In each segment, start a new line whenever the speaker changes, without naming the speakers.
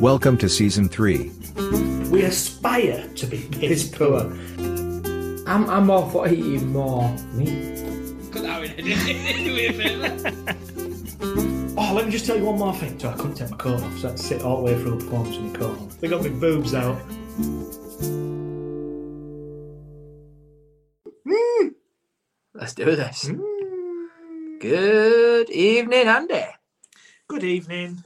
Welcome to Season 3.
We aspire to be piss poor.
I'm, I'm all for eating more meat.
Cut that in. Wait
Oh, let me just tell you one more thing. So I couldn't take my coat off, so I had to sit all the way through the forms in the coat on. They got my boobs out.
Let's do this. Good evening, Andy.
Good evening.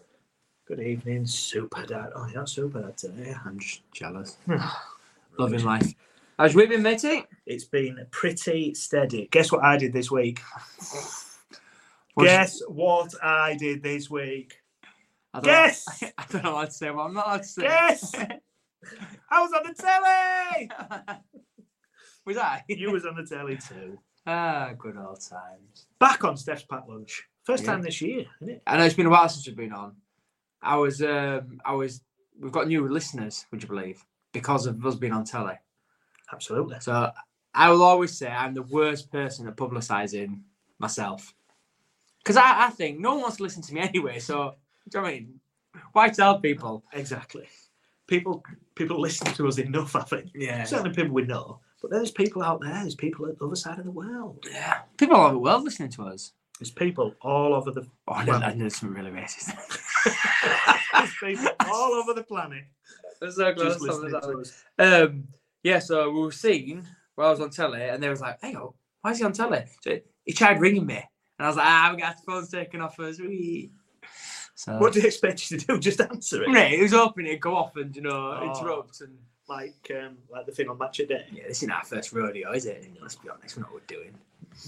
Good evening, super dad. Oh, you're not super dad today.
I'm just jealous. Loving life. How's your week been, matey?
It's been pretty steady. Guess what I did this week?
What's-
Guess what I did this week?
I don't
Guess!
know- I don't know what to say. Well, I'm not allowed to say.
Guess! I was on the telly!
Was I?
You was on the telly too.
Ah, good old times.
Back on Steph's Pack Lunch. First
Yeah.
time this year, isn't it?
I know it's been a while since we've been on. I was, um, I was. We've got new listeners. Would you believe? Because of us being on telly.
Absolutely.
So I will always say I'm the worst person at publicising myself. Because I, I think no one wants to listen to me anyway. So, do you know what I mean? Why tell people?
Exactly. People people listen to us enough, I think.
Yeah.
Certainly people we know. But there's people out there, there's people at the other side of the world.
yeah. People all over the world listening to us.
There's people all over the
Oh, I
Well-
know, I know something really racist.
there's people all over the planet
That's so
just
that's
listening
something
to us.
that- Um, yeah, so we were seen while I was on telly, and they was like, "Hey, oh, why is he on telly?" So he tried ringing me, and I was like, "Ah, we got the phones taken off us." We. So
What do you expect you to do? Just answer it.
Right, it was hoping it'd go off and you know
Oh.
interrupt and
Like um, like the thing on Match a Day.
yeah, this isn't our first rodeo, is it? Let's be honest, we know what we're doing.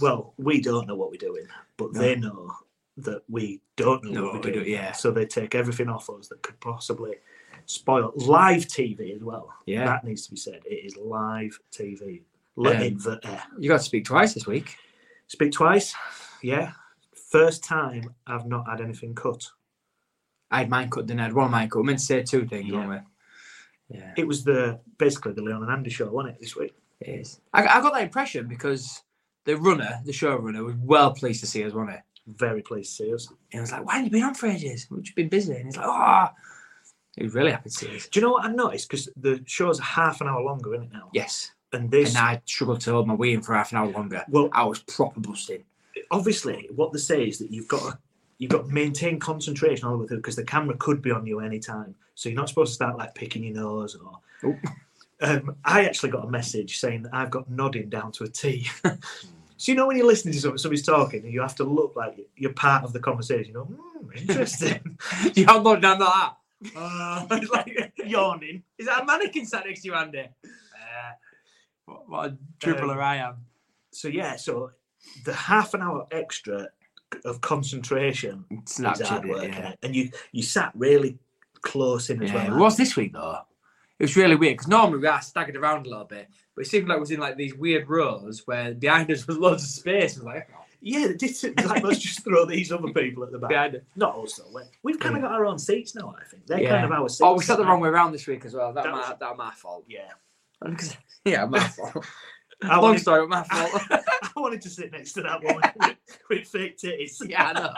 Well, we don't know what we're doing, but
No.
they know that we don't know
No,
what we're
what we do-
doing.
yeah.
So they take everything off us that could possibly spoil live TV as well.
Yeah.
That needs to be said. It is live TV. Let
Um,
in the air.
You got to speak twice this week.
Speak twice. Yeah. First time I've not had anything cut.
I had mine cut, then I had one of mine cut. We meant to say two things,
Yeah.
weren't we? Yeah,
It was the basically the Leon and Andy show, wasn't it, this week?
it is. I, I got that impression because the runner, the showrunner, was well pleased to see us, wasn't he?
Very pleased to see us.
And I was like, why have you been on for ages? We've just been busy. And he's like, oh, he was really happy to see us.
Do you know what I noticed? Because the show's half an hour longer, isn't it now?
Yes.
And this
And I struggled to hold my wee in for half an hour longer.
well
I was proper busting.
obviously what they say is that you've got to you've got to maintain concentration all the way through because the camera could be on you any time. So you're not supposed to start like picking your nose or
Nope.
um, I actually got a message saying that I've got nodding down to a T.
Hmm.
so you know when you're listening to something, somebody's talking, and you have to look like you're part of the conversation. You know, mm, interesting.
you held on down like that.
uh, it's like yawning.
Is that a mannequin sat next to you, Andy? Uh, Um, what, what a dribbler I am.
So yeah, so the half an hour extra of concentration is hard
Snapchat
work,
it,
isn't
yeah.
it? and you you sat really close in as
yeah.
well.
It
aren't
was this week, though. It was really weird because normally we are staggered around a little bit, but it seemed like we was in like these weird rows where behind us was loads of space. It was like, oh,
Yeah, they did say, like, let's just throw these other people at the back.
behind us.
Not us though. we- We've kind of got our own seats now. I think they're
Yeah.
kind of our seats.
Oh, we sat the
aren't
wrong way around this week as well. That,
That
my,
was-
that my fault.
they? Yeah.
yeah, my fault.
I
Long
wanted,
story, my fault.
I wanted to sit next to that woman with, with fake titties.
yeah, I know.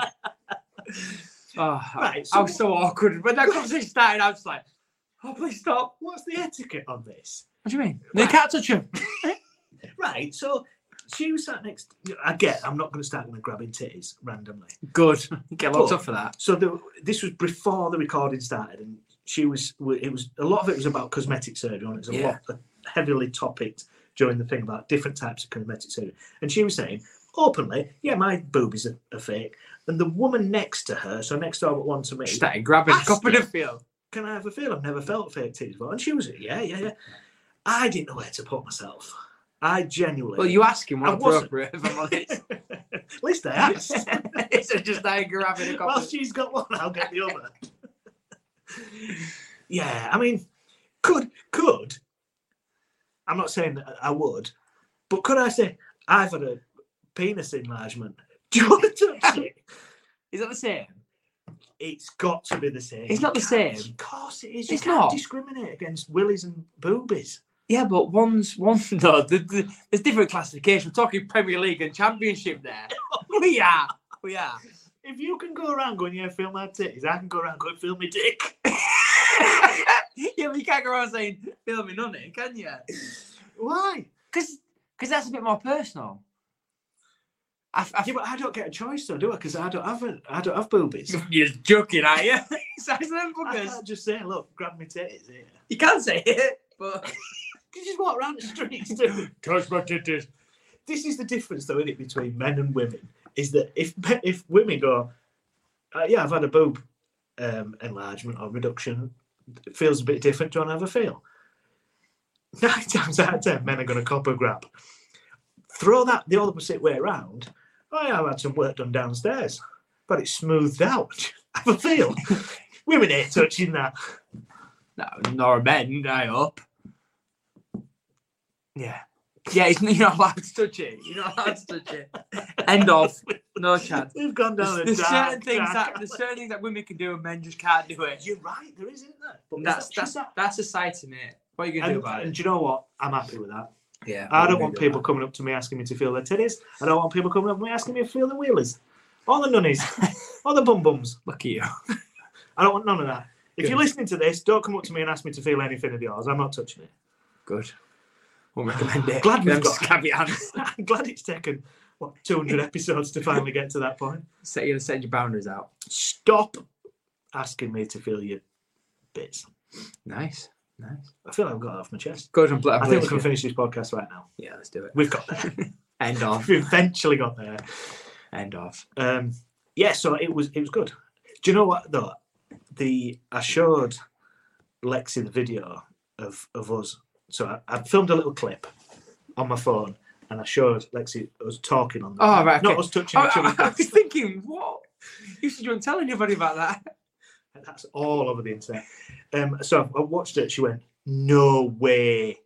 Oh,
Right,
I
so-
was so awkward. When that conversation started, I was like, oh, please stop.
What's the etiquette on this?
What do you mean? They can't touch him.
Right. So she was sat next. I get. I'm not going to start going grabbing titties randomly.
Good. Get locked
But-
up for that.
So the, this was before the recording started, and she was. It was a lot of it was about cosmetic surgery, and it was a
Yeah.
lot uh, heavily topicked during the thing about different types of cosmetic surgery. And she was saying openly, "Yeah, my boobies are, are fake." And the woman next to her, so next door but one to me,
She started grabbing
Ask
Copperfield.
"Can I have a feel? I've never felt fake titties before." And she was, "Yeah, yeah, yeah." I didn't know where to put myself. I genuinely.
Well, you ask him
I
what
wasn't.
appropriate, if I'm honest.
At least I asked.
so just started grabbing a
Well,
copper.
she's got one, I'll get the other. yeah, I mean, could could I'm not saying that I would, but could I say I've had a penis enlargement? Do you want to touch it?
Is that the same?
It's got to be the same.
It's not the
You can't-
same.
Of course it is. You
It's
can't
not.
discriminate against willies and boobies.
Yeah, but one's one. No, the, the, there's different classification. We're talking Premier League and Championship there. we are. We are.
If you can go around going, yeah, film my titties, I can go around going, film my dick.
but you can't go around saying filming on it, can you?
Why?
Because that's a bit more personal. I, f- I f-
Yeah, but I don't get a choice though, do I? Because I don't have a, I don't have boobies.
You're joking, are you? Size them
I
fuckers.
can't just say, look, grab me titties here.
You can say it, but
You just walk around the streets, do
touch my titties.
This is the difference, though, isn't it, between men and women? Is that if me- if women go, uh, yeah, I've had a boob um, enlargement or reduction, it feels a bit different. Do I ever feel? Nine times out of ten, men are going to copper grab. Throw that the opposite way around. Oh, yeah, I've had some work done downstairs, but it's smoothed out. have a feel. women ain't touching that.
No, nor men. I hope. Yeah, yeah. It's, you're not allowed to touch it. You're not allowed to touch it. End of. No chance.
We've gone down the
There's, there's
dark,
certain things
dark
that
alley.
there's certain things that women can do and men just can't do it.
You're right, there is, isn't there? But is
That's
that-
that's
is that-
that's society, mate. What are you gonna do
And,
about
and
it?
do you know what? I'm happy with that.
Yeah,
I don't want people coming up to me asking me to feel their titties. I don't want people coming up to me asking me to feel the wheelies, or the nunnies, or the bum bums.
Look at you.
I don't want none of that. If you're
Good.
listening to this, don't come up to me and ask me to feel anything of yours. I'm not touching it.
Good. We'll recommend it.
Glad we've
Them
got-
scabby hands.
I'm glad it's taken what 200 episodes to finally get to that point.
Set you set your boundaries out.
Stop asking me to feel your bits.
Nice, nice.
I feel like I've got that off my chest.
Good and
I think we can finish this podcast right now.
Yeah, let's do it.
We've got there.
End off.
We've eventually got there.
End off.
Um, yeah, so it was it was good. Do you know what though? The I showed Lexi the video of of us. So I, I filmed a little clip on my phone, and I showed Lexi us talking on. The
Oh, right,
Not
okay.
us touching each
I,
other.
I was thinking, what? You should don't tell anybody about that.
That's all over the internet. Um, so I watched it. She went, "No way."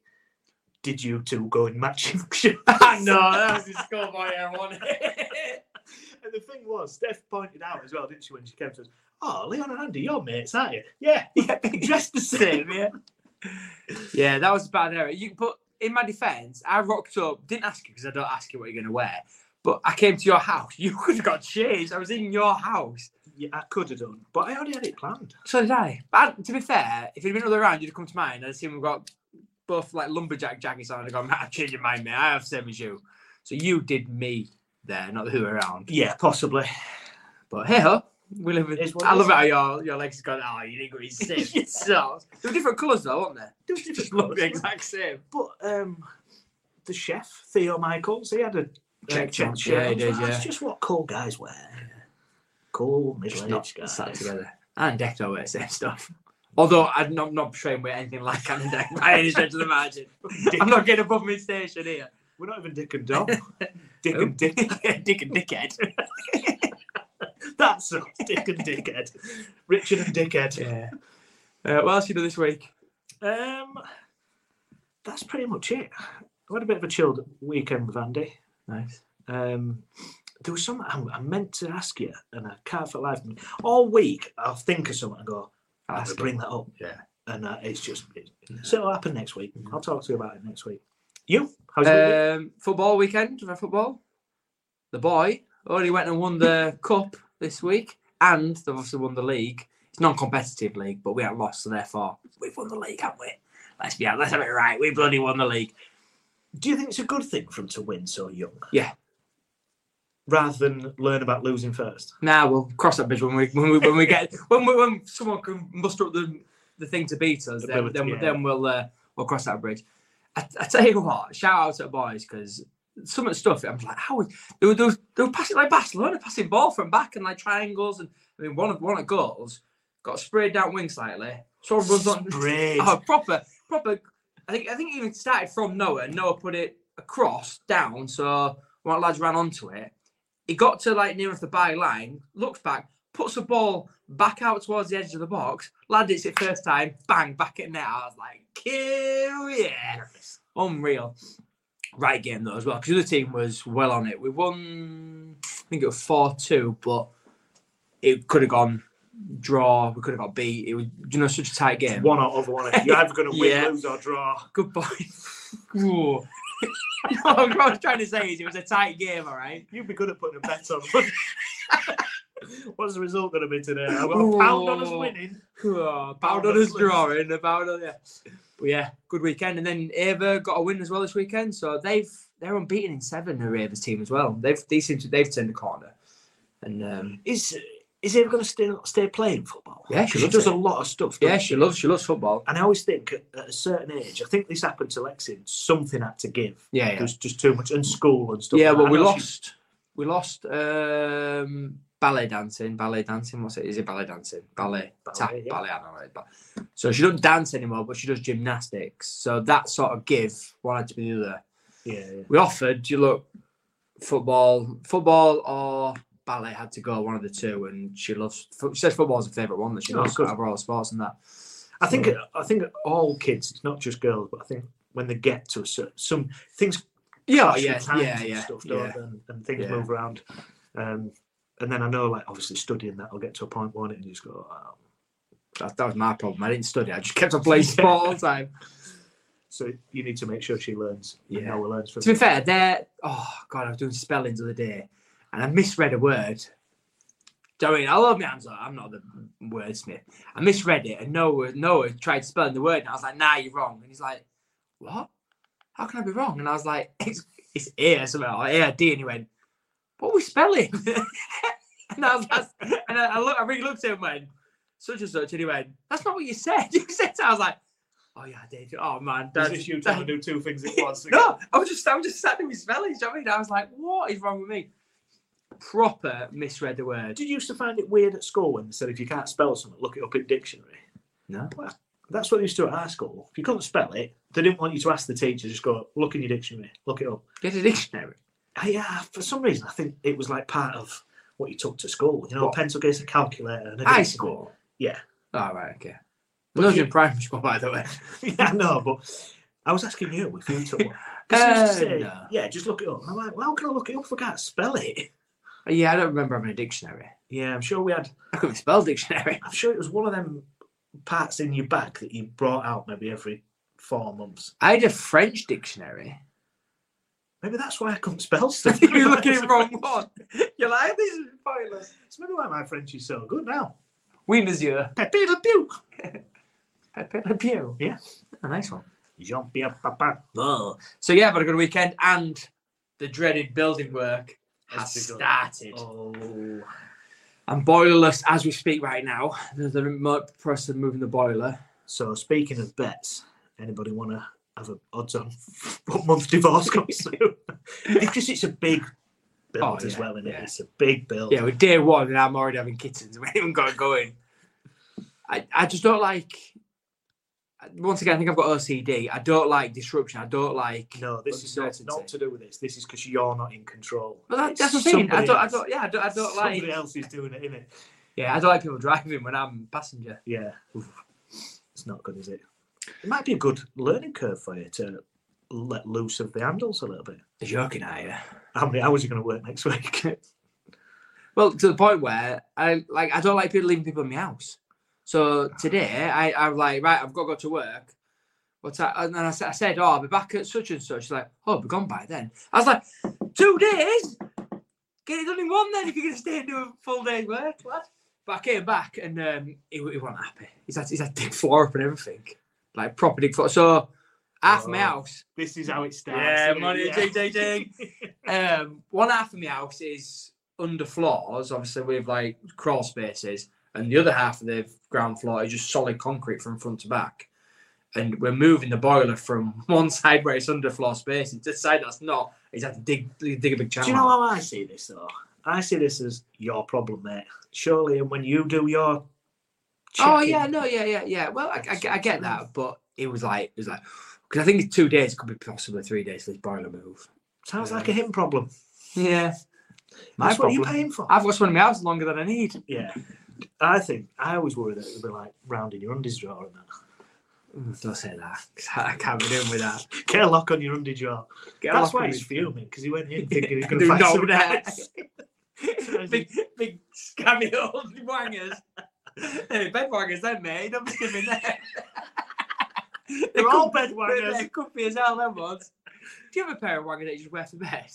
Did you two go in matching shirts?
that was a schoolboy error, wasn't it?
And the thing was, Steph pointed out as well, didn't she, when she came to us? Oh, Leon and Andy, you're mates, aren't you? Yeah,
yeah,
dressed the same.
same, yeah. Yeah, that was a bad error. You, but in my defence, I rocked up. Didn't ask you because I don't ask you what you're going to wear. But I came to your house. You could have got changed. I was in your house.
Yeah, I could have done, but I already had it planned.
So did I. But I- to be fair, if it'd been another round, you'd have come to mine. I'd have seen we've got both like lumberjack jackets on. I'd have gone, Matt, I've changed your mind, mate. I have same as you. So you did me there, not the who around.
Yeah, possibly.
But hey ho, we live with.
It's what
I
it
love
is.
it how your, your legs have gone, oh, you didn't go in same. so, they were different colours though, weren't they?
There was different
Just look the
colours.
exact same.
But um, the chef Theo Michaels, he had a check
Check
check
top.
shirt.
Yeah, he
on.
did,
That's
yeah.
just what cool guys wear. Cool
Just
middle
not
aged guys.
sat together. And Decto wear the same stuff. Although I'm not, not portraying we're anything like Anne and Deck by any stretch of the margin. I'm not getting above my station here.
We're not even Dick and Dom. Dick and Dick.
Dick and Dickhead.
That's us. Dick and Dickhead. Richard and Dickhead.
Yeah. Uh, what else you do this week?
Um, that's pretty much it. I had a bit of a chilled weekend with Andy.
Nice.
Um, there was something I, I meant to ask you, and I can't for the life of me. All week, I'll think of something and go, I'm going to bring that up.
Yeah.
And uh, it's just, it, so it'll happen next week. I'll talk to you about it next week. You? How's it?
Um, football weekend for football. The boy already went and won the cup this week, and they've obviously won the league. It's non-competitive league, but we haven't lost, so therefore we've won the league, haven't we? Let's be let's have it right. We bloody won the league.
Do you think it's a good thing for him to win so young?
Yeah.
Rather than learn about losing first?
Now we'll cross that bridge when we when we when we get when we, when someone can muster up the the thing to beat us. Then
Ability,
then,
yeah.
then we'll uh, we'll cross that bridge. I, I tell you what, shout out to the boys because some of the stuff I'm like, how is- they were, they were they were passing like Barcelona, passing ball from back and like triangles and I mean one of one of goals got sprayed down wing slightly. So runs on
Sprayed.
oh, proper proper. I think I think it even started from Noah. Noah put it across down, so one of the lads ran onto it. He got to like near of the byline, looks back, puts the ball back out towards the edge of the box. Lad hits it first time, bang, back at net. I was like, kill yeah, unreal. Right game though as well, because the other team was well on it. We won, I think it was four two, but it could have gone draw. We could have got beat. It was you know such a tight game.
One or other one. You're either going to win,
Yeah.
lose, or draw.
Good point. Ooh. what I was trying to say is it was a tight game, all right?
You'd be good at putting a bet on. wouldn't What's the result going to be today? I've got a pound on us
Ooh.
winning.
Oh, Bowed on us drawing, about on yeah. But yeah, good weekend. And then Ava got a win as well this weekend, so they've they're unbeaten in seven. Her Ava's team as well. They've they seem to they've turned the corner. And um,
Is is ever going to stay stay playing football?
Yeah, she
she
loves
does
it.
a lot of stuff. doesn't
yeah, she loves she loves football.
And I always think at at a certain age, I think this happened to Lexi. Something had to give.
Yeah, yeah.
There's just too much and school and stuff.
Yeah,
like
well,
that.
we
I know she-
lost. We lost um, ballet dancing. Ballet dancing. What's it? Is it ballet dancing? Ballet.
Ballet,
Tap,
yeah.
ballet. I don't know. what it- But, so she doesn't dance anymore, but she does gymnastics. So that sort of give one had to be the other.
Yeah, yeah.
We offered. You look, football, football or ballet had to go one of the two, and she loves. fo- She says football's her favorite one that she
Oh,
loves
good.
out of all sports and that.
I think I think all kids, it's not just girls, but I think when they get to a certain some things
Oh, Yeah,
clash with
yeah,
times
yeah,
and
yeah,
stuff,
yeah.
don't they? And, and things
Yeah.
move around. Um, and then I know, like, obviously studying that, I'll get to a point won't it, and you just go. Oh.
That, that was my problem. I didn't study. I just kept on playing sport all the time.
So you need to make sure she learns.
Yeah.
and Noah learns from.
To be fair, they're oh god, I was doing spellings the other day and I misread a word. Do you know what I mean, I love my hands up. I'm not the wordsmith. I misread it and Noah Noah tried spelling the word and I was like, nah, you're wrong. And he's like, What? How can I be wrong? And I was like, It's it's ear somehow or A D and he went, What are we spelling? and I was that's- and I, I look I really looked at him and went, such and such, and he went, That's not what you said. You said I was like, Oh yeah, I did. Oh man,
Is
that's-
this you trying to do two things at once?
no, I was just I was just sat there with spellings. do you know what I mean, I was like, what is wrong with me? Proper misread the word.
Did you used to find it weird at school when they said if you can't spell something, look it up in dictionary?
No.
Well, that's what they used to do at our school. If you couldn't spell it, they didn't want you to ask the teacher. Just go look in your dictionary, look it up.
Get a dictionary.
I, Uh, yeah, for some reason, I think it was like part of what you took to school. You know,
What?
a pencil case, a calculator, and a
High
dictionary.
school.
Yeah.
All Oh, right. Okay. No, in primary school, by the way.
yeah, no, but I was asking you if you took one. 'Cause they used to
Uh,
say,
no.
Yeah, just look it up. And I'm like, well, how can I look it up if I can't spell it?
Yeah, I don't remember having a dictionary.
Yeah, I'm sure we had.
I couldn't spell dictionary.
I'm sure it was one of them parts in your bag that you brought out maybe every four months.
I had a French dictionary.
Maybe that's why I couldn't spell stuff.
You're looking at the wrong one. You're like, this is pointless.
It's maybe why my French is so good now.
Oui, monsieur.
Pepe Le Pew.
Pepe Le Pew.
Yeah.
A nice one.
Jean-Pierre Papin.
Oh. So, yeah, I've had a good weekend and the dreaded building work has
Has begun.
started.
Oh.
I'm boilerless as we speak right now. There's the remote process of moving the boiler.
So speaking of bets, anybody want to have a odds on what month divorce comes through? because it's a big build
Oh,
as
yeah,
well, is
yeah.
it? It's a big build.
Yeah, we're day one and I'm already having kittens. We haven't even got going. I, I just don't like. Once again, I think I've got OCD. I don't like disruption. I don't like.
No, this is not,
Uncertainty.
not to do with this. This is because you're not in control.
But that,
It's
that's what I'm saying. I
somebody
don't, I
else.
don't. Yeah, I don't, I don't like.
Somebody else is doing it, isn't it?
Yeah, I don't like people driving when I'm passenger.
Yeah. Oof. It's not good, is it? It might be a good learning curve for you to let loose of the handles a little bit.
You're joking, are you?
How many hours are you going to work next week?
Well, to the point where I like I don't like people leaving people in my house. So today I, I'm like, right, I've got to go to work. What's that? And then I, sa- I said, oh, I'll be back at such and such. She's like, oh, be gone by then. I was like, two days? Get it done in one then if you're going to stay and do a full day's work, lad. But I came back and um, he, wa- he wasn't happy. He's had, he's had big floor up and everything. Like proper big floor. So half my
Oh.
house
this is how it starts.
Yeah,
isn't it?
money,
Yeah.
ding, ding, ding. um, one half of my house is under floors, obviously with like crawl spaces, and the other half of the ground floor is just solid concrete from front to back. And we're moving the boiler from one side where it's under floor spacing to the side that's not. He's had to dig dig a big channel.
Do you know how I see this though? I see this as your problem, mate. Surely, and when you do your
oh
checking-
yeah, no, yeah, yeah, yeah. Well, I, I get- I get that, but it was like it was like because I think it's two days, could be possibly three days for this boiler move.
sounds like a him problem.
Yeah, my
That's what
problem.
you're paying for.
I've got one in my house longer than I need.
yeah, I think I always worry that it'll be like rounding your undies drawer and that.
Mm, Don't say that. 'cause I I can't be doing with that.
Get a lock on your undie drawer.
Get
That's
off
why
me.
he's fuming because he went in thinking he's going
Do
to find
not
something
that.
else.
big, big scabby old wangers. hey, bed wangers, then, mate. Don't be skimming there.
They're all
could-
bed
They're
wangers.
comfy as hell, them ones. Do you have a pair of wangers that you just wear for bed?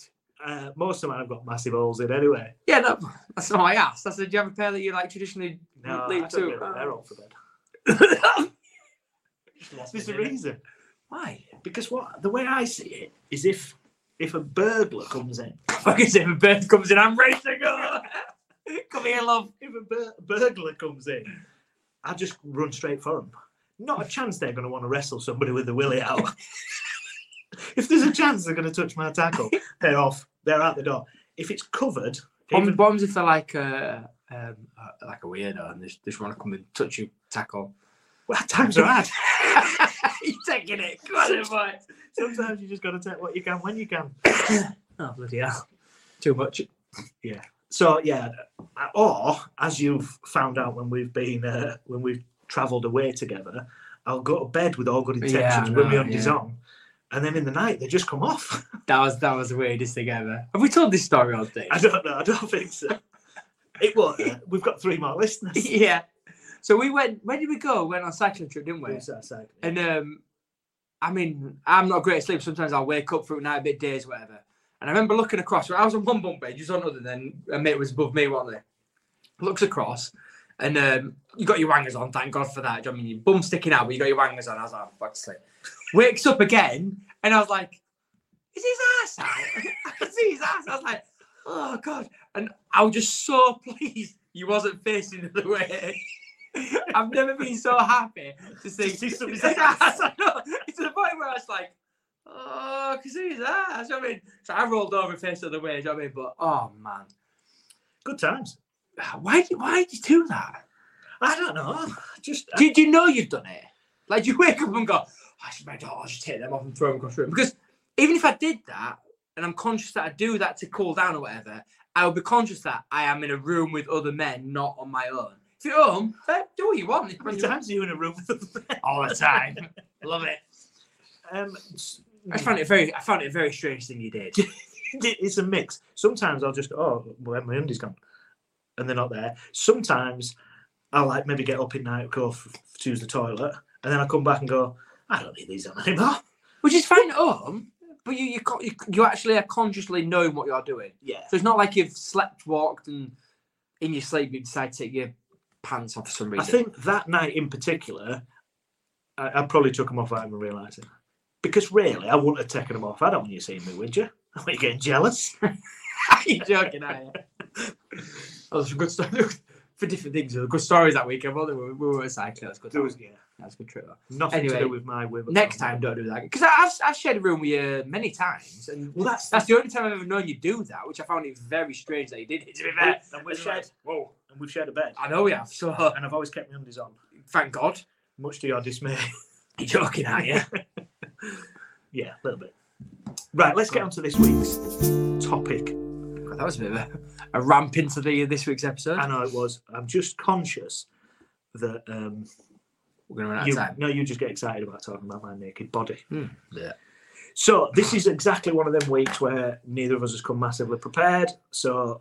uh, most of mine have got massive holes in anyway.
Yeah, no, that's not what I asked. I said, do you have a pair that you like traditionally
No,
leave
I don't
to?
really wear all for bed. There's a reason.
Why?
Because what the way I see it is if if a burglar comes in,
Fucking if a bird comes in, I'm ready to go. Come here, love.
if a bur- burglar comes in, I just run straight for him. Not a chance they're going to want to wrestle somebody with a willy out. if there's a chance they're going to touch my tackle, they're off. They're out the door. If it's covered,
Bombs,
even-
bombs if they're like a um, uh, like a weirdo and they just, want to come and touch you, tackle.
well, times are hard.
You're taking it. Come on, then, boy.
Sometimes you just got to take what you can when you can.
Oh bloody hell! Too much.
So yeah, uh, or as you've found out when we've been uh, when we've travelled away together, I'll go to bed with all good
Yeah, I
intentions with my
know,
undies
yeah.
on, and then in the night they just come off.
That was that was the weirdest thing ever. Have we told this story all day?
I don't know. I don't think so. It was. Uh, we've got three more listeners.
yeah. So we went. Where did we go? We went on a cycling trip, didn't we?
Who's that side?
And um, I mean, I'm not great at sleep. Sometimes I'll wake up through night, bit days, whatever. And I remember looking across. I was on one bunk bed, you was on another. Then a mate was above me, wasn't they? Looks across, and um, you got your wangers on. Thank God for that. Do you know what I mean, your bum sticking out, but you got your wangers on. I was like, "Oh, I'm fucked asleep. Wakes up again, and I was like, is his ass out? I could see his ass. I was like, oh god. And I was just so pleased you wasn't facing the other way. I've never been so happy to see,
To see somebody's
his
ass.
ass. I know. It's to the point where I was like, oh, because see his ass. You know what I mean, so I rolled over and faced the other way. You know what I mean, but oh man,
Good times.
why did why did you do that?
I don't know. Just uh,
Did you know you've done it? Like, do you wake up and go, I should, my God, I'll just take them off and throw them across the room. Because even if I did that, and I'm conscious that I do that to cool down or whatever, I would be conscious that I am in a room with other men, not on my own. If you're at home, eh, do what you want.
how many times are you in a room with them?
All the time. Love it.
Um, s-
I found it very, I found it a very strange thing you did.
it's a mix. Sometimes I'll just oh, where my undies gone, and they're not there. Sometimes I'll like maybe get up at night, go f- to use the toilet, and then I come back and go, I don't need these on anymore.
Which is fine at home, but you, you, co- you, you actually are consciously knowing what you're doing.
Yeah.
So it's not like you've slept, walked, and in your sleep you decide to take your pants off for some
I
reason.
think that night in particular, I, I probably took them off without even realising. Because really, I wouldn't have taken them off. I don't want you seeing me, would you? Are you getting jealous?
You're joking, are you? That was a Oh, good story. For different things, there were good stories that weekend. Well, we were, we were cycling. That's good.
There was yeah,
That's good trip. though.
nothing to
Anyway,
do with my women.
Next time, don't do that because I've, I've shared a room with you many times, and
Well, that's
that's the only time I've ever known you do that, which I found it very strange that you did. it, To be fair,
And we've shared. Whoa. And we've shared a bed.
I know we have. So uh,
And I've always kept my undies on,
thank God.
much to your dismay.
You're joking, are you?
yeah, a little bit. Right, let's get on to this week's topic.
God, that was a bit of a, a ramp into the this week's episode.
I know it was. I'm just conscious that um,
We're gonna run out
you,
of time.
no, you just get excited about talking about my naked body.
Hmm. Yeah.
So this is exactly one of them weeks where neither of us has come massively prepared. So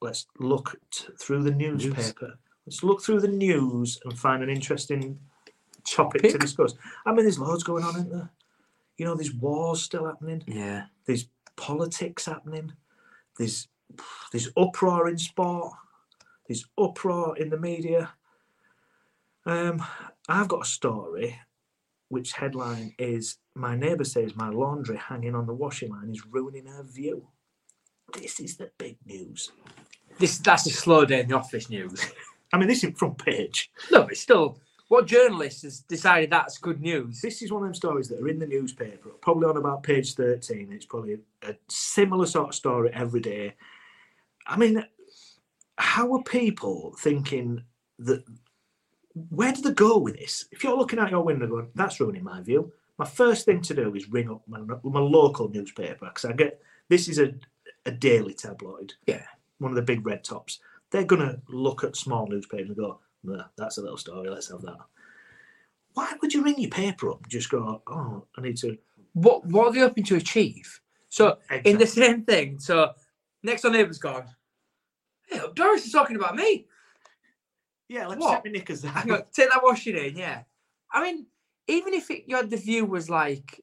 let's look t- through the newspaper. Let's look through the news and find an interesting topic to
Pick.
discuss. I mean, there's loads going on, isn't there? You know, there's wars still happening.
Yeah.
There's politics happening. There's there's uproar in sport. There's uproar in the media. Um, I've got a story which headline is My neighbour says my laundry hanging on the washing line is ruining her view. This is the big news.
This that's a slow day in the office news.
I mean, this is front page.
No, but still, what journalist has decided that's good news?
This is one of them stories that are in the newspaper, probably on about page 13. It's probably a similar sort of story every day. I mean, how are people thinking that? Where do they go with this? If you're looking out your window going, that's ruining my view, my first thing to do is ring up my, my local newspaper because I get this is a, a daily tabloid.
Yeah.
One of the big red tops. They're going to look at small newspapers and go, nah, that's a little story, let's have that. Why would you ring your paper up and just go, oh, I need to.
What what are they hoping to achieve? So in the same thing, so next door neighbour's gone. Hey, Doris is talking about me.
Yeah, let's
What?
set my knickers
Hang
down.
on, take that washing in, yeah. I mean, even if it, you had the view was like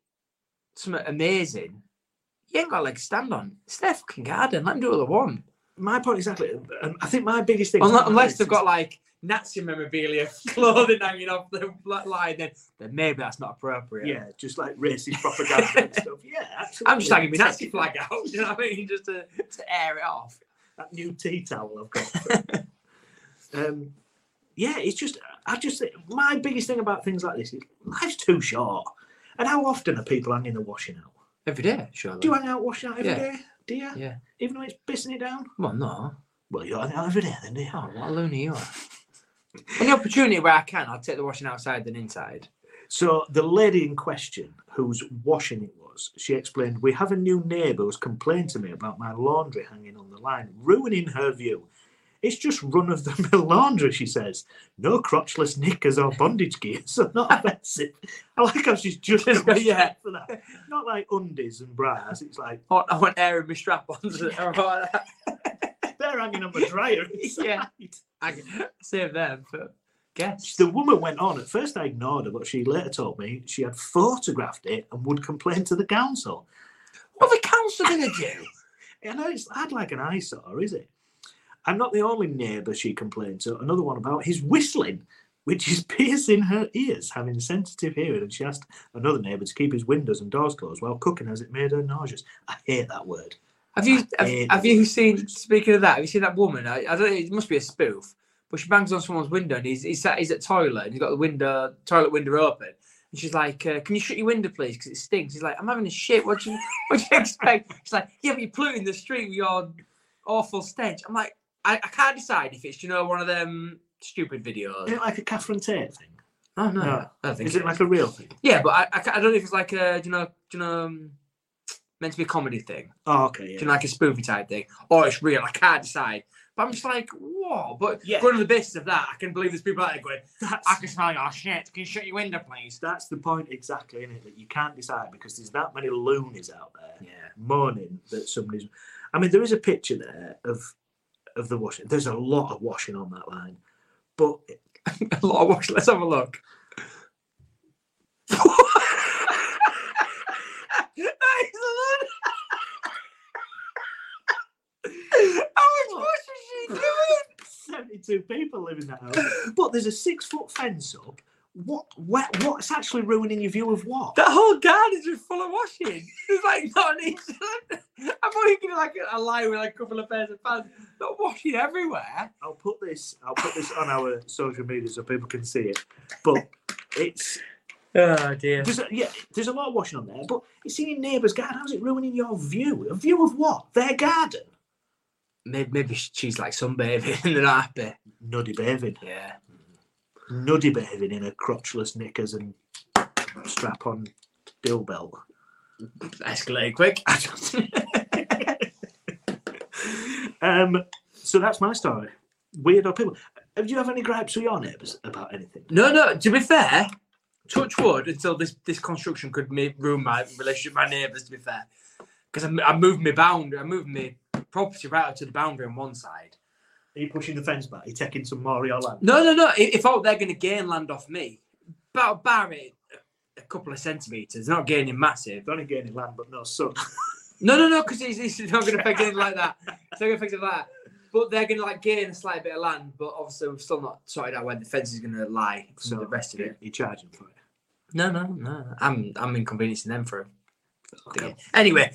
something amazing, You ain't got a leg to stand on. It's their fucking garden. Let them do what they want.
My point exactly. And I think my biggest thing.
Unless, unless they've got like Nazi memorabilia, clothing hanging off the line, then, then maybe that's not appropriate.
yeah, just like racist propaganda and stuff. Yeah, absolutely.
I'm just hanging my
Take
Nazi
it.
flag out, you know what I mean? Just to, to air it off.
that new tea towel I've got. um, yeah, it's just I just think my biggest thing about things like this is life's too short. And how often are people hanging the washing out?
Every day, surely.
Do you hang out washing out every day?
Yeah.
Do you?
Yeah.
Even though it's pissing it down.
Well, no.
Well, you hang out every day then, do you?
Oh, what a loony you are. Any opportunity where I can, I'll take the washing outside than inside.
So the lady in question, whose washing it was, she explained, "We have a new neighbour who's complained to me about my laundry hanging on the line, ruining her view. It's just run of the mill laundry," she says. "No crotchless knickers or bondage gear, so not offensive." I like how she's just
Yeah.
for that. Not like undies and bras. It's like
Oh, I want, I want air in my strap ons. or what-
they're hanging on the dryer.
yeah. I can save them for guests.
The woman went on. At first, I ignored her, but she later told me she had photographed it and would complain to the council.
What are the council going to do?
I know it's hard like an eyesore, is it? I'm not the only neighbour she complained to. Another one about his whistling, which is piercing her ears, having sensitive hearing. And she asked another neighbour to keep his windows and doors closed while cooking, as it made her nauseous. I hate that word.
Have you
I
have,
hate
have you seen? Speaking of that, have you seen that woman? I, I don't. It must be a spoof, but she bangs on someone's window and he's he's sat he's at toilet and he's got the window toilet window open. And she's like, uh, "Can you shut your window, please? Because it stinks." He's like, "I'm having a shit. What do you what do you expect?" She's like, "Yeah, but you're polluting the street with your awful stench." I'm like, I, I can't decide if it's you know one of them stupid videos.
Is it like a Catherine Tate thing?
Oh no,
No.
I don't think
Is it
it
like a real thing?
Yeah, but I, I, ca- I don't know if it's like a do you know do you know um, meant to be a comedy thing,
Oh, okay.
do you
Yeah.
know, like a spoofy type thing, or it's real. I can't decide. But I'm just like, whoa! But
Yeah.
going on the basis of that, I can believe there's people out there going, "I
That's,
can smell your shit. Can you shut your window, please?"
that's the point exactly, isn't it? That you can't decide because there's that many loonies out there.
Yeah.
moaning that somebody's. I mean, there is a picture there of of the washing. There's a lot of washing on that line, but
a lot of wash. Let's have a look. That is a lot. How much wash is she doing?
seventy-two people live in that house. But there's a six-foot fence up. What? Where, what's actually ruining your view of what?
That whole garden's just full of washing. There's like not an inch. I'm only gonna like a lie with like a couple of pairs of pants. Not washing everywhere.
I'll put this. I'll put this on our social media so people can see it. But it's
Oh dear.
there's a, yeah. There's a lot of washing on there, but it's in your neighbour's garden. How's it ruining your view? A view of what? Their garden.
Maybe, maybe she's like sunbathing and they're not happy.
Nuddy bathing.
Yeah.
nuddy bathing in her crotchless knickers and strap on dill belt.
Escalated quick.
Um, so that's my story. Weirdo people. Uh, Do you have any gripes with your neighbours about anything?
no, no. To be fair, touch wood until this this construction could ma- ruin my relationship with my neighbours. To be fair, because I, I moved my boundary, I moved my property right up to the boundary on one side.
Are you pushing the fence back? Are you taking some more of your land?
No, no, no. i- If all they're going to gain land off me, about bar it a couple of centimeters, not gaining massive.
They're only gaining land, but no sun.
No, no, no, because it's, it's not going to affect anything like that. It's not going to affect it like that. But they're going to like gain a slight bit of land, but obviously we've still not sorted out where the fence is going to lie for
So
the rest of it.
You're charging for it.
No, no, no. I'm I'm inconveniencing them for a
Okay.
anyway.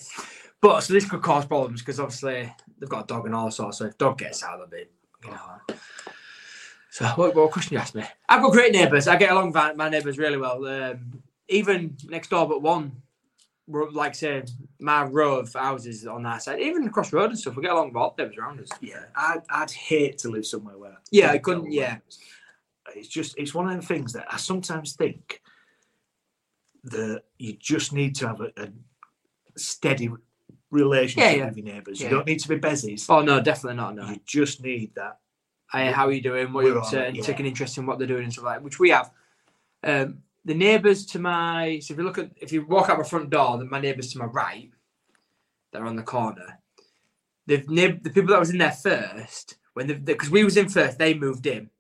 But so this could cause problems because obviously they've got a dog and all sorts. So if dog gets out, they'll be. You know. So what, what question you asked me? I've got great neighbours. I get along with my neighbours really well. Um, even next door, but one, ro- like say my row of houses on that side, even across the road and stuff, we get along with all the neighbours around us.
Yeah, I'd, I'd hate to live somewhere where.
Yeah, I
don't
couldn't-
know
yeah.
neighbours. It's just it's one of them things that I sometimes think that you just need to have a, a steady relationship
Yeah, yeah.
with your neighbours.
Yeah.
You don't need to be bezies.
Oh no, definitely not. No,
You just need that.
Hey, how are you doing? What are you
We're
up
on
to?
it,
And
yeah.
take an interest in what they're doing and stuff like that, which we have. Um, the neighbours to my so if you look at if you walk out my front door, then my neighbours to my right, they're on the corner. The neigh- the people that was in there first, when the because we was in first, they moved in,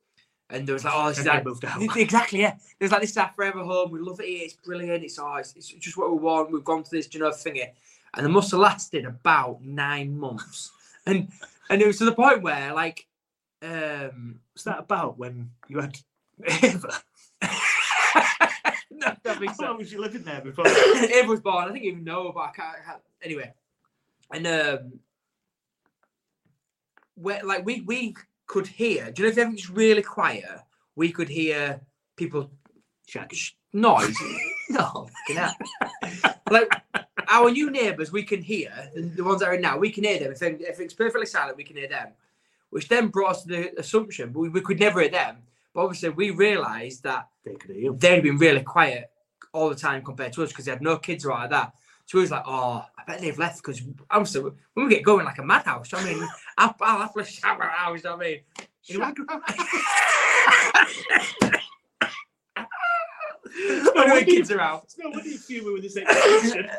and there was like, oh, this is
And I
our,
moved out.
exactly yeah. There's like this is our forever home. We love it here. It's brilliant. It's ours. It's just what we want. We've gone to this, do you know, thingy. and it must have lasted about nine months. And and it was to the point where like um
Was that about when you had Ava?
no, that makes
How
sense.
long was you living there before?
Ava was born. I think even know, but I can't, I can't- Anyway, and um, where like we we could hear. Do you know if everything's really quiet, we could hear people
Shaggy.
sh- noise. no, fucking hell. like our new neighbours, we can hear the- the ones that are in now. We can hear them. If, they, if it's perfectly silent, we can hear them. Which then brought us to the assumption we, we could never hear them. But obviously, we realised that
They could hear you.
they'd been really quiet all the time compared to us because they had no kids or like that. So we was like, oh, I bet they've left because obviously when we get going like a madhouse, I mean, I'll, I'll have to shout our house, I mean. when
wonder
the
if-
kids are out.
It's no wonder you fuming with this explanation.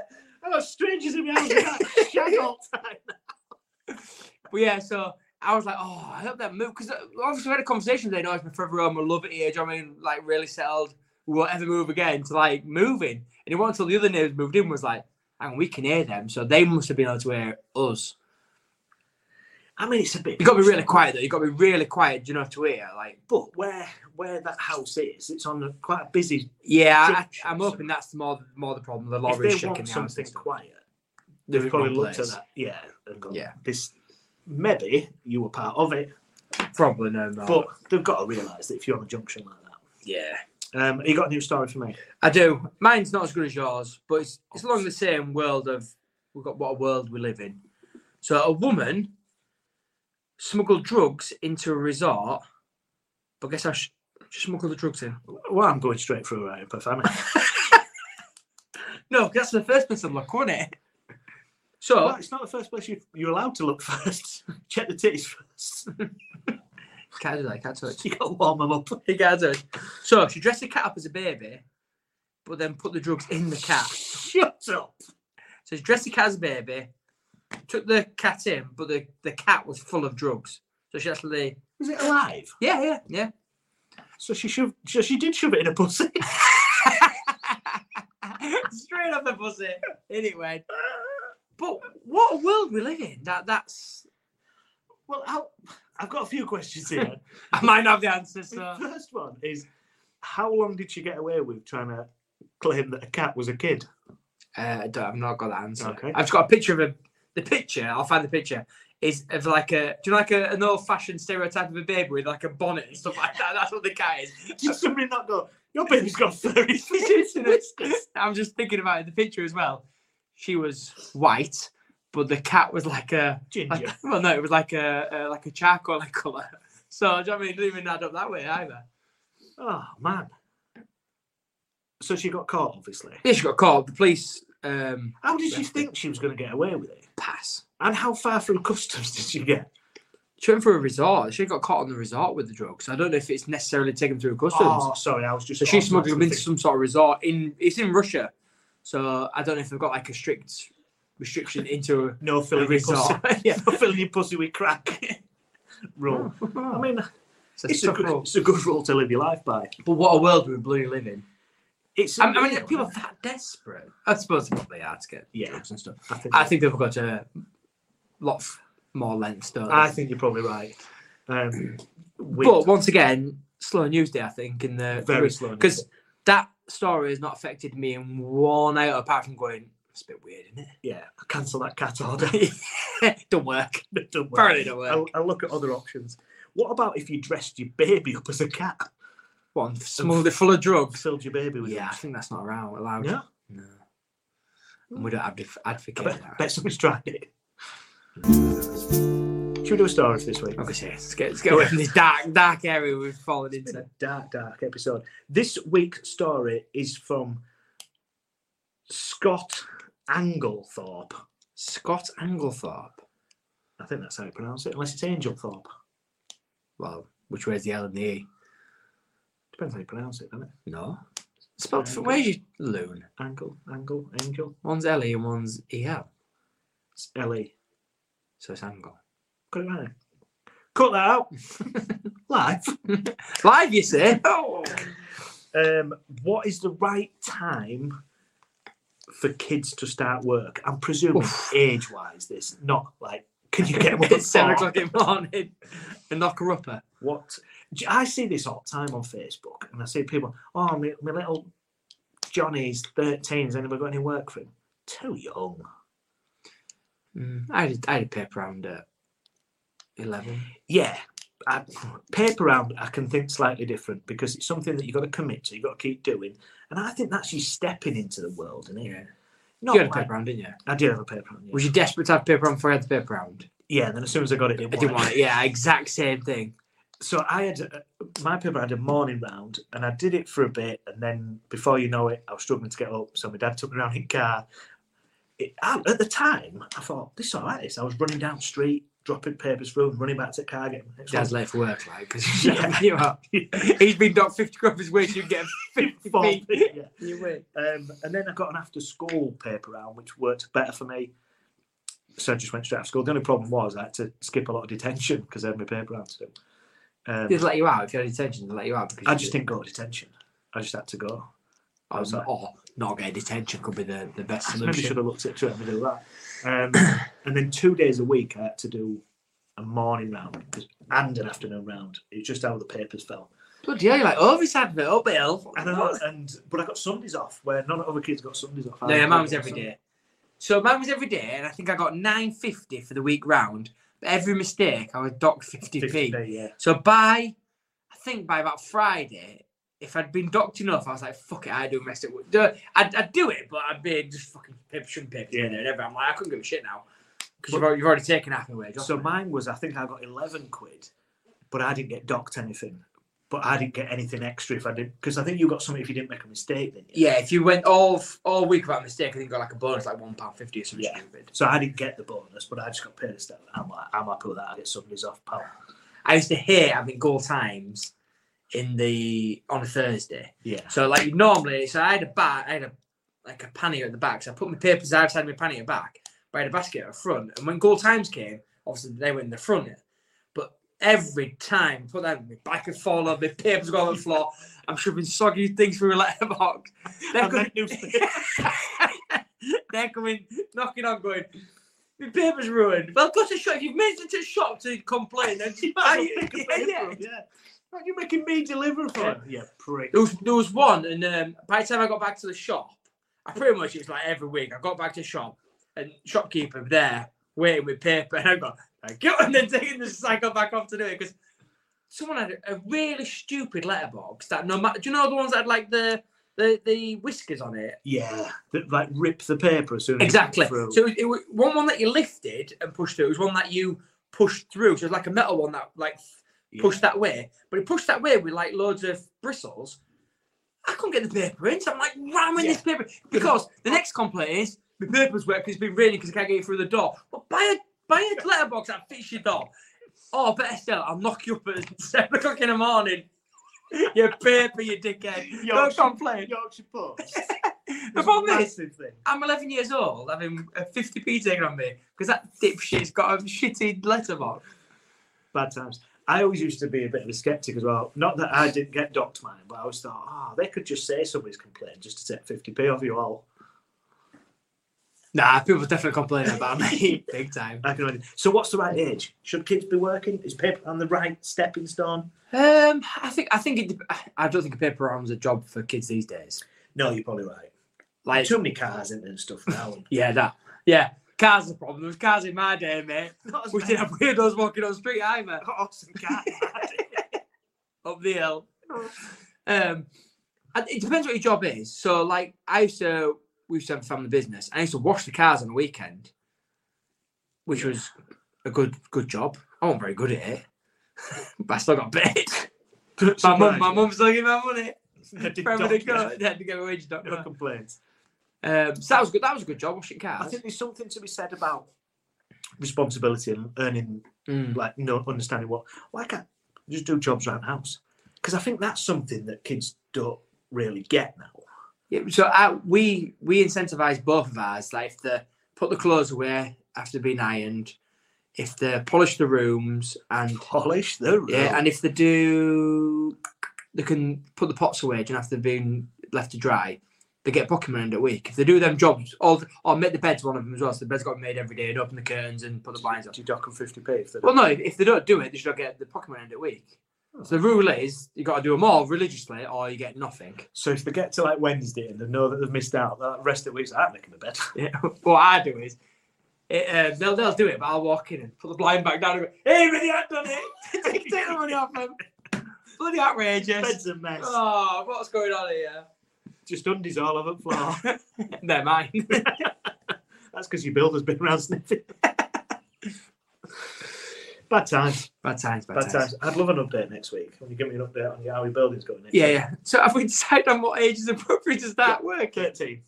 I've got strangers in my house with that shag all the time.
But yeah, so I was like, oh, I hope that move because obviously we had a conversation today. No, it's my forever home. I love it here. Do you know what I mean? Like really settled. We won't ever move again to like moving. And it wasn't until the other neighbors moved in was like, and we can hear them, so they must have been able to hear us.
I mean, it's a bit.
You got to be really quiet though. You got to be really quiet. Do you know to hear? Like,
But where where that house is, it's on a, quite a busy.
yeah,
Junction,
I, I'm hoping that's more more the problem. The
If
lorry
they
shaking
want
the house.
something quiet,
They're
they've
in
probably
one
looked at
place.
that. Yeah, and gone,
Yeah.
This maybe you were part of it,
Probably no, no.
but they've got to realise that if you're on a junction like that,
yeah,
um, you got a new story for me.
I do. Mine's not as good as yours, but it's, it's along the same world of we've got what a world we live in. So a woman smuggled drugs into a resort, but guess how she, she smuggled the drugs in?
Well, I'm going straight through right up family.
No, 'cause that's the first place of luck, wasn't it? So
Well, it's not the first place you, you're allowed to look first. Check the titties first.
can't do that. Can't touch.
you got to warm them up.
He got her. So she dressed the cat up as a baby, but then put the drugs in the cat.
Shut up.
So she dressed the cat as a baby, took the cat in, but the, the cat was full of drugs. So she actually,
Is it alive?
yeah, yeah, yeah.
So she shoved. So she did shove it in a pussy.
Straight off the pussy. Anyway. But what a world we live in. That that's
well, how, I've got a few questions here.
I might not have the answer,
the
so
first one is, how long did she get away with trying to claim that a cat was a kid?
uh, I don't, I've not got that answer.
Okay.
I've just got a picture of a the picture, I'll find the picture, is of like a do you know like a, an old fashioned stereotype of a baby with like a bonnet and stuff like that? That's what the cat is.
Did somebody not go? Your baby's got furry feet.
I'm just thinking about it, the picture as well. She was white, but the cat was like a like,
Ginger.
well, no, it was like a, a like a charcoal color. So do you know what I mean? It didn't even add up that way either.
Oh man. So she got caught, obviously.
Yeah, she got caught. The police um,
How did she think she was going to get away with it?
pass.
And how far through customs did she get?
She went for a resort. She got caught on the resort with the drugs. I don't know if it's necessarily taken through customs.
Oh, sorry, I was just.
so she smuggled them into
automatically
some sort of resort in. It's in Russia, so I don't know if they've got like a strict restriction into a,
thinking, No
a
filling your pussy.
resort. yeah,
No filling your pussy with crack. Rule. I mean,
it's a
it's a,
tough
good,
rule.
it's a good rule to live your life by.
But what a world we bloody live in.
It's
I, I mean,
unreal.
are people that desperate? I suppose they probably are to get
Yeah.
drugs and stuff.
I think,
I think they've got a lot f- more length, don't they?
I think you're probably right. Um, we-
But once again, slow news day, I think, in the
very slow
because that story has not affected me in one out apart from going. It's a bit weird, isn't
yeah, cancel that cat order.
it? don't work.
Don't worry.
Apparently, don't work.
I'll, I'll look at other options. What about if you dressed your baby up as a cat
One smuggled it full of
and
drugs.
filled your baby with
Yeah, I
it?
think that's not around allowed.
No?
no. And we don't have to
I
advocate
bet,
that.
bet somebody's tried it. Should we do a story this week?
Okay, so let's get, let's get away from this dark, dark area we've fallen
It's
into.
a dark, dark episode. This week's story is from Scott Anglethorpe.
Scott Anglethorpe.
I think that's how you pronounce it, unless it's Angelthorpe.
Well, which way's the L and the E?
Depends how you pronounce it, doesn't it?
No. Spelled for
Angle.
where's your loon?
Angle, angle, angel,
One's L E and one's E L.
it's L-E.
So it's angle.
Got it right. eh? Cut that out. Live.
Live, you say? Oh.
Um, what is the right time for kids to start work? I'm presuming age wise, this not like can you get them up at
it's seven
four?
o'clock in the morning and knock her upper.
What do- I see this all the time on Facebook, and I see people, oh, my, my little Johnny's 13. Has anybody got any work for him? Too young.
Mm. I had a, I had a paper round at eleven.
Yeah. I, paper round, I can think slightly different because it's something that you've got to commit to, you've got to keep doing. And I think that's you stepping into the world, isn't it?
Yeah,
Not
you had a
like-
paper round, didn't you?
I did have a paper round. Yeah.
Was you desperate to have paper round before I had the paper round?
yeah, and then as soon as I got it, it
I didn't want it. Yeah, exact same thing.
so I had uh, my paper had a morning round, and I did it for a bit, and then before you know it, I was struggling to get up. So my dad took me around in car. It, I, at the time, I thought this is all right. This I was running down street, dropping papers through, and running back to the car, getting my next
Dad's
one.
late for work, like because
Yeah.
you know, he's been docked fifty quid his wage. You get fifty
Four,
feet.
yeah.
You win.
Um, and then I got an after school paper round, which worked better for me. So I just went straight after school. The only problem was I had to skip a lot of detention because I had my paper round to do.
They'd
Um,
let you out if you had detention. They'd let you out because
I
you
just
did-
didn't go to detention. I just had to go.
I was
Sorry.
like, oh, not getting detention could be the, the best
Maybe should
solution.
have looked at trying to do that. Um, and then two days a week, I had to do a morning round and an afternoon round. It's just how the papers fell.
Bloody hell, you're like, oh, this advert, oh, Bill.
And, I got, and but I got Sundays off where none of the other kids got Sundays off.
No, yeah, mine was every day. So mine was every day, and I think I got nine fifty for the week round. But every mistake, I was docked fifty p.
Day, yeah.
So by, I think by about Friday, if I'd been docked enough, I was like, fuck it, I do mess it. with- duh, I'd, I'd do it, but I'd be just fucking paper, shouldn't paper.
Yeah.
Yeah, whatever. I'm like, I couldn't give a shit now because you've, al- you've already taken half my wage. off
So
me.
mine was, I think I got 11 quid, but I didn't get docked anything. But I didn't get anything extra if I didn't, because I think you got something if you didn't make a mistake, didn't you?
yeah, if you went all f- all week without a mistake, I think you got like a bonus, like one pound fifty or something
Yeah.
stupid.
So I didn't get the bonus, but I just got paid a step. I'm like, I'm happy with that. I get Sundays off, pal.
I used to hate having goal times in the on a Thursday.
Yeah.
So like you'd normally, so I had a bat, I had a like a pannier at the back. So I put my papers outside my pannier back, but I had a basket at the front. And when goal times came, obviously they went in the front. But every time, put that my back would fall off, my papers would go on the floor. I'm shoving soggy things through a letterbox. They're
I
going,
meant newspaper.
they're coming knocking on, going. My paper's ruined. Well, go to shop. If you've made it to the shop to complain, then just buy it. Yeah, yeah.
yeah. Why are you making me deliver for him? Yeah, prick.
There was, there was one, and um, by the time I got back to the shop, I pretty much it was like every week. I got back to the shop, and shopkeeper there waiting with paper, and I got thank you, and then taking the cycle back off to do it because someone had a, a really stupid letterbox that no matter. Do you know the ones that had like the the, the whiskers on it?
Yeah, that, like rip the paper as soon as
Exactly.
you put it Mm-hmm. through.
So it, was one one that you lifted and pushed through. It was one that you pushed through. So it was like a metal one that like
Yeah.
pushed that way. But it pushed that way with like loads of bristles. I couldn't get the paper in, so I'm like ramming this paper because the next complaint is the paper's wet because it's been raining because I can't get it through the door. Well, buy a buy a letterbox that fits your door. Oh, better still, I'll knock you up at seven o'clock in the morning. you paper, you dickhead. No
Yorkshire-
complaint.
Yorkshire Post.
The problem is,
massive thing.
I'm 11 years old, having a 50p taken on me because that dipshit's got a shitty letterbox.
Bad times. I always used to be a bit of a skeptic as well. Not that I didn't get docked mine, but I always thought, oh, they could just say somebody's complained just to take 50p off you all.
Nah, people definitely complaining about me big time.
I can imagine. So, what's the right age? Should kids be working? Is paper on the right stepping stone?
Um, I think I think it. dep- I don't think a paper round's a job for kids these days.
No, you're probably right.
Like,
Too many cars isn't there, and stuff now. and-
yeah, that, yeah. Cars the problem. There was cars in my day, mate.
Not as
We did
many
have weirdos walking on the street either
cars and cars.
up the hill. Um, and it depends what your job is. So, like, I used to we used to have a family business. I used to wash the cars on the weekend, which was a good good job. I wasn't very good at it, but I still got paid. my mum, my mum still gave me my money. Forever to go. They had to get a wage doc.
No complaints.
Um, so that was good. That was a good job washing
I
cars.
think there's something to be said about responsibility and earning,
Mm.
like, you know, understanding what. Why can't you just do jobs around the house? Because I think that's something that kids don't really get now.
Yeah, so I, we we incentivize both of ours. Like if the put the clothes away after being ironed, if they polish the rooms, and
Polish the room.
yeah, and if they do, they can put the pots away and after they've been left to dry. they get booking around a week. If they do them jobs, or, or make the beds one of them as well, so the beds got made every day and open the curtains and put the blinds up.
Do you dock them 50p if they
Well, no, if, if they don't do it, they should not get the pocket around a week. So the rule is you got to do them all religiously or you get nothing.
So if they get to like Wednesday and they know that they've missed out, that rest of the week's like, I'm making a bed.
Yeah, what I do is, it, uh, they'll, they'll do it, but I'll walk in and put the blind back down and go, hey, really, I've done it. take, take the money off him. Bloody outrageous.
Bed's a mess.
Oh, what's going on here?
Just undies all over the
Oh.
floor.
They're mine.
That's because your builder's been around sniffing. bad times.
Bad times, bad,
Bad,
times.
times. I'd love an update next week. When you give me an update on how your building's going next
Yeah,
week.
yeah. So have we decided on what age is appropriate to start work?
13.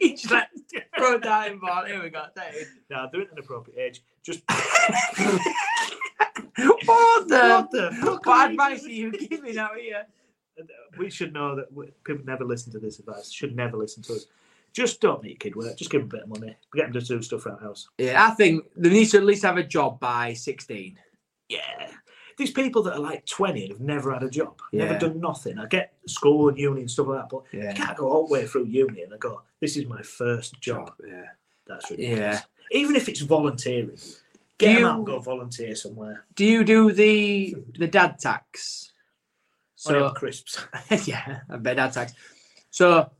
age, let's go down, Vaughn. Here we go. Dave.
Now, they're at an appropriate age. Just
What the?
what the fuck are
What
we
advice are
doing?
you giving out here?
We should know that we, people never listen to this advice. Should never listen to us. Just don't make your kid work. Just give them a bit of money. Get them to do stuff around the house.
Yeah, I think they need to at least have a job by 16.
yeah. These people that are like 20 and have never had a job,
Yeah.
never done nothing. I get school and uni and stuff like that, but
Yeah.
you can't go all the way through uni and I go, this is my first job.
Yeah.
That's
Yeah.
ridiculous. Even if it's volunteering, get
You-
them out and go volunteer somewhere.
Do you do the the dad tax?
So
So
crisps.
yeah, I bet dad tax. So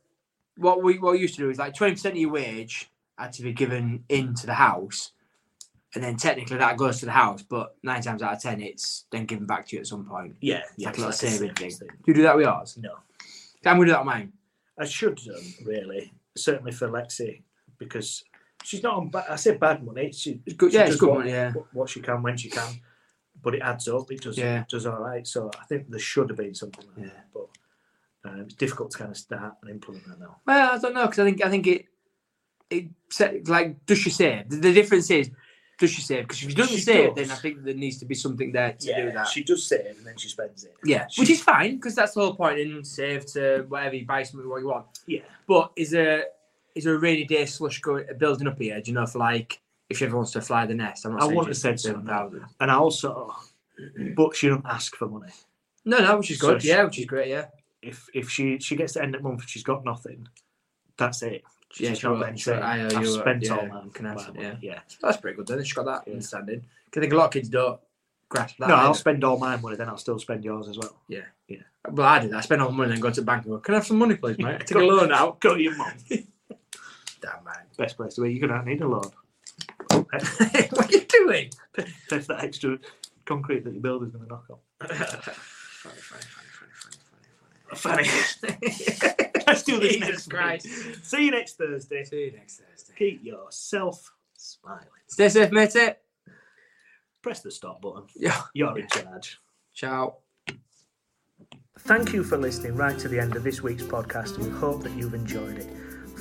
what we what we used to do is like twenty percent of your wage had to be given into the house, and then technically that goes to the house. But nine times out of ten, it's then given back to you at some point.
Yeah,
like
it's
a little saving
savings
Do you do that with yours?
No,
I'm gonna do that with mine.
I should um, really, certainly for Lexi, because she's not on. Ba- I say bad money. She,
It's good.
she
Yeah, it's
does
good
what-
money. Yeah.
what- what she can when she can, but it adds up. It does
Yeah.
does all right. So I think there should have been something like
Yeah.
that, but um, it's difficult to kind of start and implement that now.
Well, I don't know because I think I think it it set, like does she save? The, the difference is does she save? Because if she doesn't
She
save,
does.
then I think there needs to be something there to do that.
she does save and then she spends it.
Yeah,
She-
which is fine because that's the whole point in save to whatever you buy something what you want.
Yeah,
But is a is a rainy day slush going building up here? Do you know if like if she ever wants to fly the nest? I'm not
I
saying
wouldn't
she's
have said so, no.
7,000.
and also, but she don't ask for money.
No, no, which is
So
good.
she-
yeah, which is great. Yeah,
If if she she gets to end of the month and she's got nothing, that's it.
Yeah,
She's
she
not
will-
then
she will-
saying,
I owe
I've
you, uh,
spent
yeah,
all that.
can I have some,
yeah. yeah.
that's pretty good. Then she's got that
Yeah.
understanding. 'Cause I think a lot of kids don't grasp that.
No, I'll
either.
spend all my money, then I'll still spend yours as well.
well, I do that. I spend all the money and go to the bank and go, "Can I have some money, please, mate? Take a
Go-
loan out."
Go to your mum.
Damn, man.
Best place to be. You're gonna need a loan.
what are you doing?
That's that extra concrete that your builder's going to knock on.
Funny, funny, funny, funny, funny, funny,
Funny. Let's do this
Jesus
next week.
Christ.
See you next Thursday.
funny. See you next Thursday.
Keep yourself smiling.
Stay safe, mate. eh?
Press the stop button.
Yeah.
You're in charge.
Ciao.
Thank you for listening right to the end of this week's podcast. We hope that you've enjoyed it.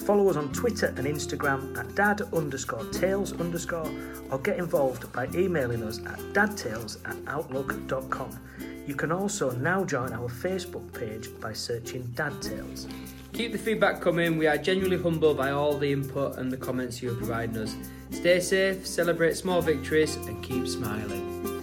Follow us on Twitter and Instagram at dad underscore tales underscore or get involved by emailing us at dadtales at outlook.com. You can also now join our Facebook page by searching Dad Tales.
Keep the feedback coming. We are genuinely humbled by all the input and the comments you are providing us. Stay safe, celebrate small victories, and keep smiling.